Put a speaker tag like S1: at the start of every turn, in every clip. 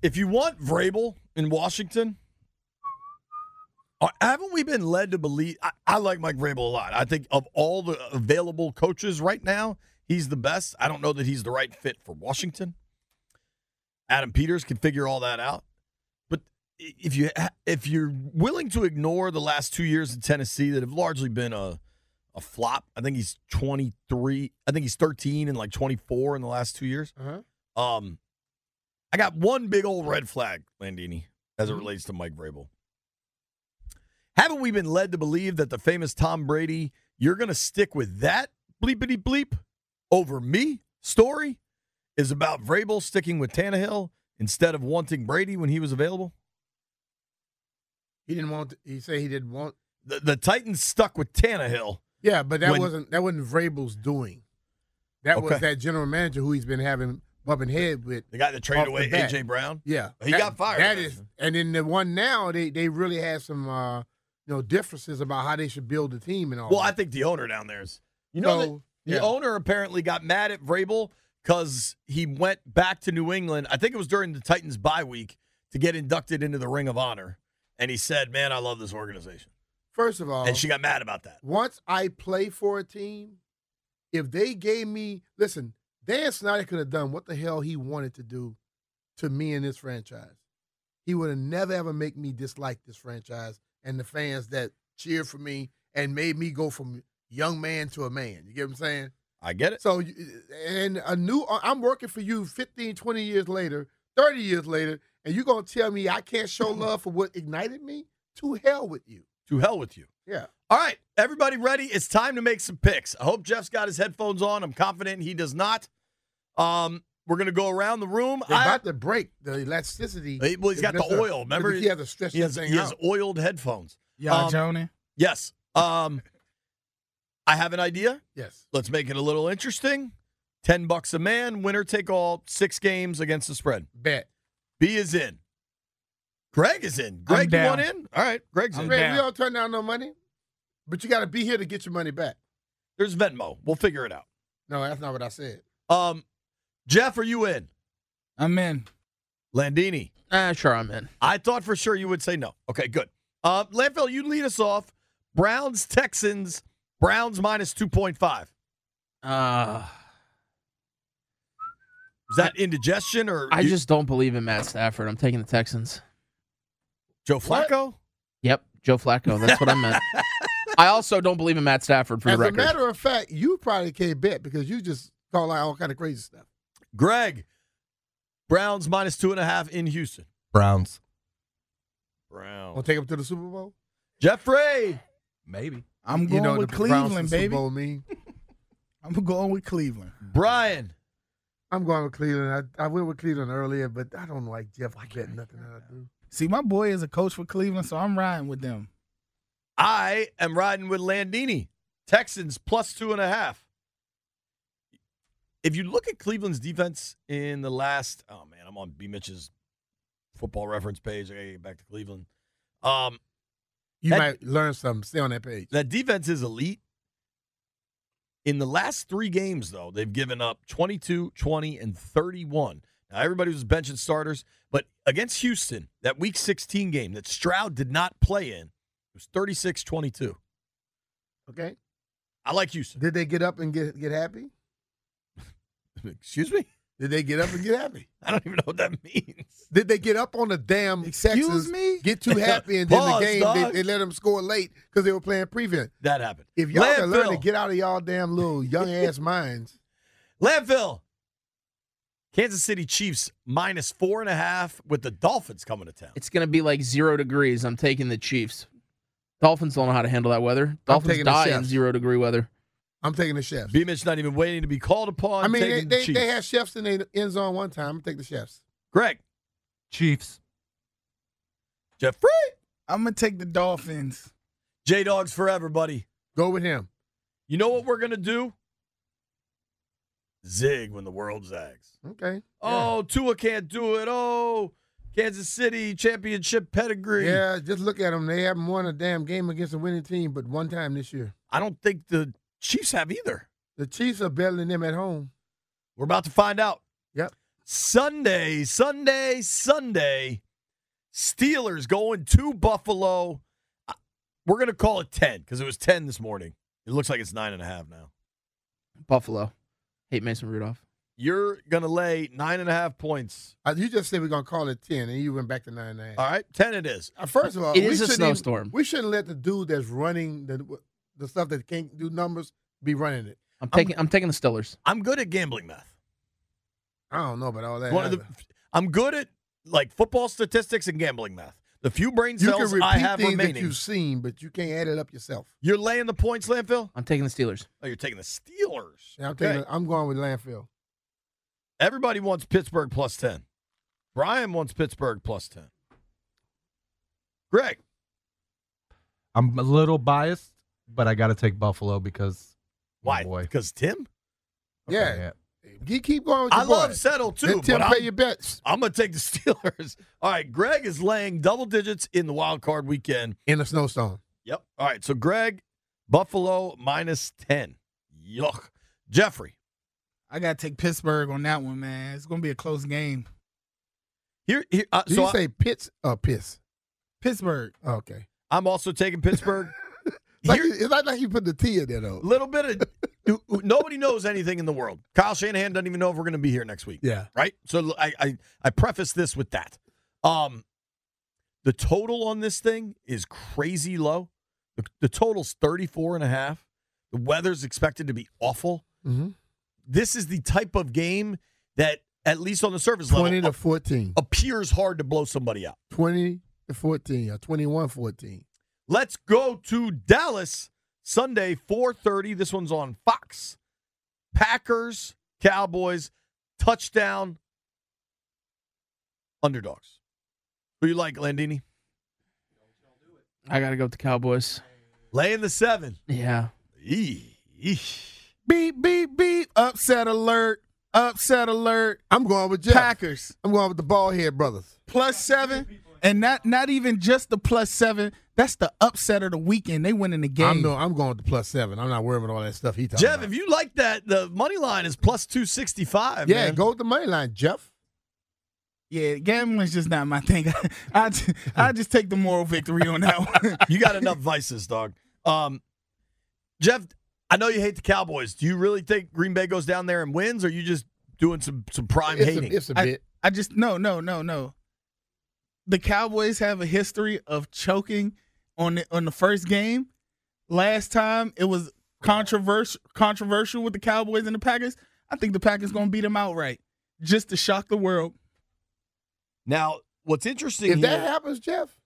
S1: If you want Vrabel in Washington, are- haven't we been led to believe? I, I like Mike Vrabel a lot. I think of all the available coaches right now, he's the best. I don't know that he's the right fit for Washington. Adam Peters can figure all that out. But i- if you ha- if you're willing to ignore the last two years in Tennessee that have largely been a a flop, I think he's 23. I think he's 13 and like 24 in the last two years. Um, I got one big old red flag, Landini, as it relates to Mike Vrabel. Haven't we been led to believe that the famous Tom Brady, you're going to stick with that bleepity bleep over me story is about Vrabel sticking with Tannehill instead of wanting Brady when he was available?
S2: He didn't want. He said he didn't want.
S1: The, the Titans stuck with Tannehill.
S2: Yeah, but that
S1: When-
S2: wasn't that wasn't Vrabel's doing. That was
S1: Okay.
S2: that general manager who he's been having bumping head with.
S1: The guy that
S2: Off
S1: traded
S2: the
S1: away
S2: bat.
S1: AJ Brown.
S2: Yeah,
S1: He
S2: that-
S1: got fired.
S2: That is, and then the one now they they really had some uh, you know differences about how they should build the team and all.
S1: Well, I
S2: that.
S1: think the owner down there is. You know, that
S2: So,
S1: the
S2: yeah.
S1: owner apparently got mad at Vrabel because he went back to New England. I think it was during the Titans bye week to get inducted into the Ring of Honor. And he said, Man, I love this organization.
S2: first of all,
S1: And she got mad about that.
S2: once I play for a team, if they gave me listen, Dan Snyder could have done what the hell he wanted to do to me and this franchise. He would have never ever make me dislike this franchise and the fans that cheered for me and made me go from young man to a man. You get what I'm saying?
S1: I get it.
S2: So you- and a new uh, I'm working for you 15, 20 years later, 30 years later, and you're gonna tell me I can't show love for what ignited me? To hell with you.
S1: To hell with you.
S2: Yeah.
S1: All right, everybody ready? It's time to make some picks. I hope Jeff's got his headphones on. I'm confident he does not. Um, we're going to go around the room.
S2: They're
S1: I-
S2: about to break the elasticity.
S1: Hey, well, he's got the
S2: Mr.
S1: oil, remember?
S2: He has to stretch
S1: he has,
S2: this thing
S1: he has
S2: out.
S1: oiled headphones.
S3: Yeah,
S1: Um,
S3: Joni.
S1: Yes. Um, I have an idea.
S2: Yes.
S1: Let's make it a little interesting. 10 bucks a man, winner take all, six games against the spread.
S2: Bet.
S1: B is in. Greg is in. Greg, you
S3: down.
S1: want in? All right, Greg's in.
S3: I'm
S2: Greg,
S3: down.
S2: we don't turn down no money, but you got to be here to get your money back.
S1: There's Venmo. We'll figure it out.
S2: No, that's not what I said.
S1: Um, Jeff, are you in?
S3: I'm in.
S1: Landini.
S4: Uh, sure, I'm in.
S1: I thought for sure you would say no. Okay, good. Uh, Landfell, you lead us off. Browns, Texans, Browns minus 2.5.
S4: Uh,
S1: Is that indigestion or
S4: I
S1: you-
S4: just don't believe in Matt Stafford. I'm taking the Texans.
S1: Joe Flacco?
S4: Yep, Joe Flacco. That's what I meant. I also don't believe in Matt Stafford for
S2: As
S4: the record.
S2: a matter of fact, you probably can't bet because you just call out all kind of crazy stuff.
S1: Greg, Browns minus two and a half in Houston.
S3: Browns.
S2: Gonna
S1: Browns.
S2: take him to the Super Bowl.
S1: Jeffrey.
S3: Maybe. I'm
S2: you
S3: going
S2: know what
S3: with
S2: the Browns to
S3: Cleveland,
S2: Super
S3: baby.
S2: Bowl mean?
S3: I'm going with Cleveland.
S1: Brian.
S2: I'm going with Cleveland. I, I went with Cleveland earlier, but I don't like Jeff betting nothing that I do.
S3: See, my boy is a coach for Cleveland, so I'm riding with them.
S1: I am riding with Landini. Texans plus two and a half. If you look at Cleveland's defense in the last, oh man, I'm on B Mitch's football reference page. I gotta get back to Cleveland. Um,
S2: You
S1: That-
S2: might learn something. Stay on that page.
S1: that defense is elite. In the last three games, though, they've given up 22, 20, and 31. Now, everybody was benching starters, but against Houston, that week 16 game that Stroud did not play in, it was 36 22.
S2: Okay.
S1: I like Houston.
S2: Did they get up and get get happy?
S1: Excuse me?
S2: Did they get up and get happy?
S1: I don't even know what that means.
S2: Did they get up on the damn
S3: Excuse
S2: Texans,
S3: me?
S2: get too happy, and then
S1: Pause,
S2: the game they,
S1: dog.
S2: they let them score late because they were playing prevent?
S1: That happened.
S2: If y'all can learn to
S1: Landfill.
S2: get out of y'all damn little young ass minds,
S1: Landfill. Kansas City Chiefs minus four and a half with the Dolphins coming to town.
S4: It's going to be like zero degrees. I'm taking the Chiefs. Dolphins don't know how to handle that weather. Dolphins
S2: taking the
S4: die in
S2: Chiefs.
S4: zero degree weather.
S2: I'm taking the chefs.
S1: B Mitch not even waiting to be called upon.
S2: I mean, they,
S1: taking the
S2: they,
S1: Chiefs.
S2: they had chefs in the end zone one time. I'm taking the chefs.
S1: Greg
S5: Chiefs.
S1: Jeffrey
S3: I'm gonna take the Dolphins.
S1: J Dogs forever, buddy.
S2: Go with him.
S1: You know what we're gonna do? Zig when the world zags.
S2: Okay.
S1: Oh, Tua can't do it. Oh, Kansas City championship pedigree.
S2: Yeah, just look at them. They haven't won a damn game against a winning team but one time this year.
S1: I don't think the Chiefs have either.
S2: The Chiefs are better than them at home.
S1: We're about to find out.
S2: Yep.
S1: Sunday, Sunday, Sunday. Steelers going to Buffalo. I- We're going to call it 10 because it was 10 this morning. It looks like it's nine and a half now.
S4: Buffalo. Hate Mason Rudolph.
S1: You're going to lay nine and a half points.
S2: Uh, You just said we're going to call it 10, and you went back to 9 and a half.
S1: All right. 10 it is.
S2: Uh, First of all,
S4: It
S2: we
S4: is a
S2: shouldn't
S4: snowstorm.
S2: Even, we shouldn't let the dude that's running the the stuff that can't do numbers be running it.
S4: I'm taking I'm, taking the Steelers.
S1: I'm good at gambling math.
S2: I don't know about all that.
S1: One of the,
S2: either.
S1: I'm good at like football statistics and gambling math. The few brain
S2: you can
S1: cells
S2: repeat
S1: I have
S2: things
S1: remaining.
S2: that you've seen, but you can't add it up yourself.
S1: You're laying the points, Landfill?
S4: I'm taking the Steelers.
S1: Oh, you're taking the Steelers.
S2: And I'm,
S1: Okay.
S2: taking, I'm going with landfill.
S1: Everybody wants Pittsburgh plus 10. Brian wants Pittsburgh plus 10.
S2: Oh,
S1: Greg,
S5: I'm a little biased, but I got to take Buffalo because my
S1: why?
S5: boy.
S1: Because Tim?
S5: Okay,
S2: yeah. You keep going with your
S1: I love
S2: boy.
S1: Settle too,
S2: Let Tim
S1: but
S2: pay
S1: I'm,
S2: your bets.
S1: I'm going to take the Steelers. All right, Greg is laying double digits in the wild card weekend.
S2: In a snowstorm.
S1: Yep. All right, so Greg, Buffalo minus 10. Yuck. Jeffrey,
S3: I gotta take Pittsburgh on that one, man. It's gonna be a close game.
S1: here, here uh,
S2: Did
S1: so
S2: you
S1: I,
S2: say pits or piss?
S3: Pittsburgh.
S2: Okay.
S1: I'm also taking Pittsburgh.
S2: It's like,
S1: Here-
S2: you- it's not like you put the T in there, though.
S1: little bit of nobody knows anything in the world. Kyle Shanahan doesn't even know if we're going to be here next week.
S2: Yeah.
S1: Right. So I, I I preface this with that. Um, the total on this thing is crazy low. The, the total's 34 and a half. The weather's expected to be awful.
S2: hmm
S1: This is the type of game that, at least on the surface
S2: 20
S1: level,
S2: to 14.
S1: appears hard to blow somebody out.
S2: 20 to 14 or 21 14.
S1: Let's go to Dallas Sunday 4:30. This one's on Fox. Packers, Cowboys, touchdown underdogs. Who you like, Landini?
S4: I gotta go with the Cowboys.
S1: Laying the 7.
S4: Yeah.
S1: Eee, eesh.
S3: Beep, beep, beep. Upset alert. Upset alert.
S2: I'm going with Jeff.
S3: Packers.
S2: I'm going with the ball head brothers.
S3: Plus seven. And not not even just the plus seven. That's the upset of the weekend. They winning the game.
S2: I'm, no, I'm going with the plus seven. I'm not worried about all that stuff he talking
S1: Jeff,
S2: about.
S1: if you like that, the money line is plus 265.
S2: yeah,
S1: man.
S2: go with the money line, Jeff.
S3: Yeah, gambling's just not my thing. I, I, ju- I just take the moral victory on that one.
S1: You got enough vices, dog. Um, Jeff, I know you hate the Cowboys. Do you really think Green Bay goes down there and wins, or you just doing some some prime
S2: it's,
S1: hating?
S2: a, it's a
S3: I-
S2: bit.
S3: I just no, no, no, no. The Cowboys have a history of choking on the, on the first game. Last time it was controversial controversial with the Cowboys and the Packers. I think the Packers gonna beat them outright, just to shock the world.
S1: Now, what's interesting
S2: If
S1: here-
S2: that happens, Jeff,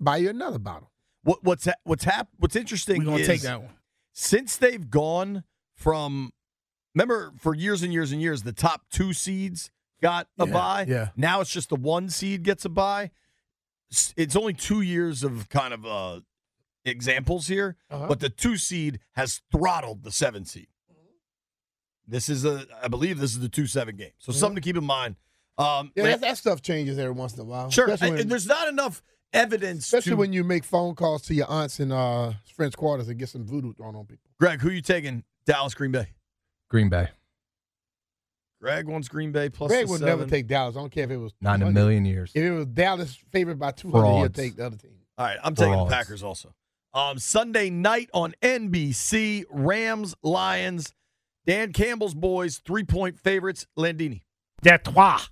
S2: buy you another bottle.
S1: what, what's ha- what's hap- what's
S3: We're
S1: interesting
S3: gonna
S1: is
S3: take that one.
S1: since they've gone from remember for years and years and years the top 2 seeds got a
S2: Yeah,
S1: bye.
S2: yeah.
S1: Now it's just the 1 seed gets a bye. S- It's only 2 years of kind of uh examples here,
S2: Uh-huh.
S1: but the 2 seed has throttled the 7 seed. This is a I believe this is the 2-7 game. So something to keep in mind. Um
S2: Yeah,
S1: Lan-
S2: that, that stuff changes every once in a while.
S1: sure.
S2: Especially
S1: and-
S2: when,
S1: and there's not enough evidence
S2: especially
S1: to
S2: when you make phone calls to your aunts in uh, French quarters and get some voodoo thrown on people.
S1: Greg, who you taking? Dallas Green Bay.
S5: Green Bay.
S1: Greg wants Green Bay plus
S2: Greg
S1: the
S2: would
S1: seven.
S2: never take Dallas. I don't care if it was
S5: Not in a
S2: 200.
S5: million years.
S2: If it was Dallas favored by 200, he'll
S5: Frauds.
S2: take the other team.
S1: All right, I'm taking
S5: Frauds.
S1: the Packers also. Um, Sunday night on NBC, Rams Lions, Dan Campbell's boys three point favorites. Landini,
S6: Detroit.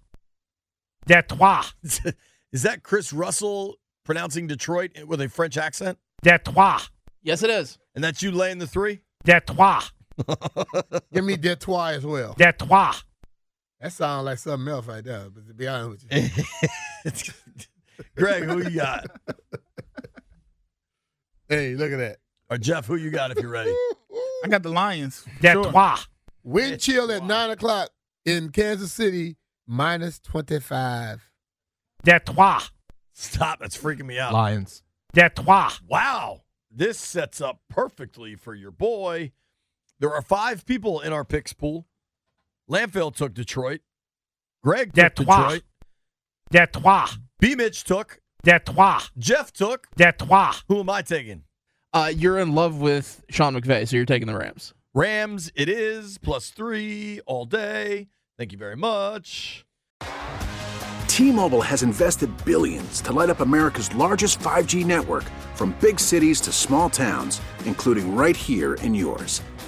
S6: Detroit.
S1: Is that Chris Russell pronouncing Detroit with a French accent?
S6: Detroit.
S4: Yes, it is.
S1: And that's you laying the three?
S6: Detroit.
S2: Give me Detroit as well.
S6: Detroit.
S2: That sounds like something else right there. But to be honest with you,
S1: Greg, who you got?
S2: hey, look at that.
S1: Or Jeff, who you got if you're ready?
S3: I got the Lions.
S6: Detroit.
S2: Wind chill at nine o'clock in Kansas City, minus twenty-five.
S6: Detroit.
S1: Stop, that's freaking me out.
S5: Lions.
S6: Detroit.
S1: Wow. This sets up perfectly for your boy. There are five people in our picks pool. Lamphale took Detroit. Greg took
S6: Detroit.
S1: Detroit.
S6: Detroit.
S1: B Mitch took.
S6: Detroit.
S1: Jeff took.
S6: Detroit.
S1: Who am I taking?
S4: Uh, you're in love with Sean McVay, so you're taking the Rams.
S1: Rams, it is plus three all day. Thank you very much.
S7: T-Mobile has invested billions to light up America's largest 5G network from big cities to small towns, including right here in yours.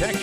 S8: Protect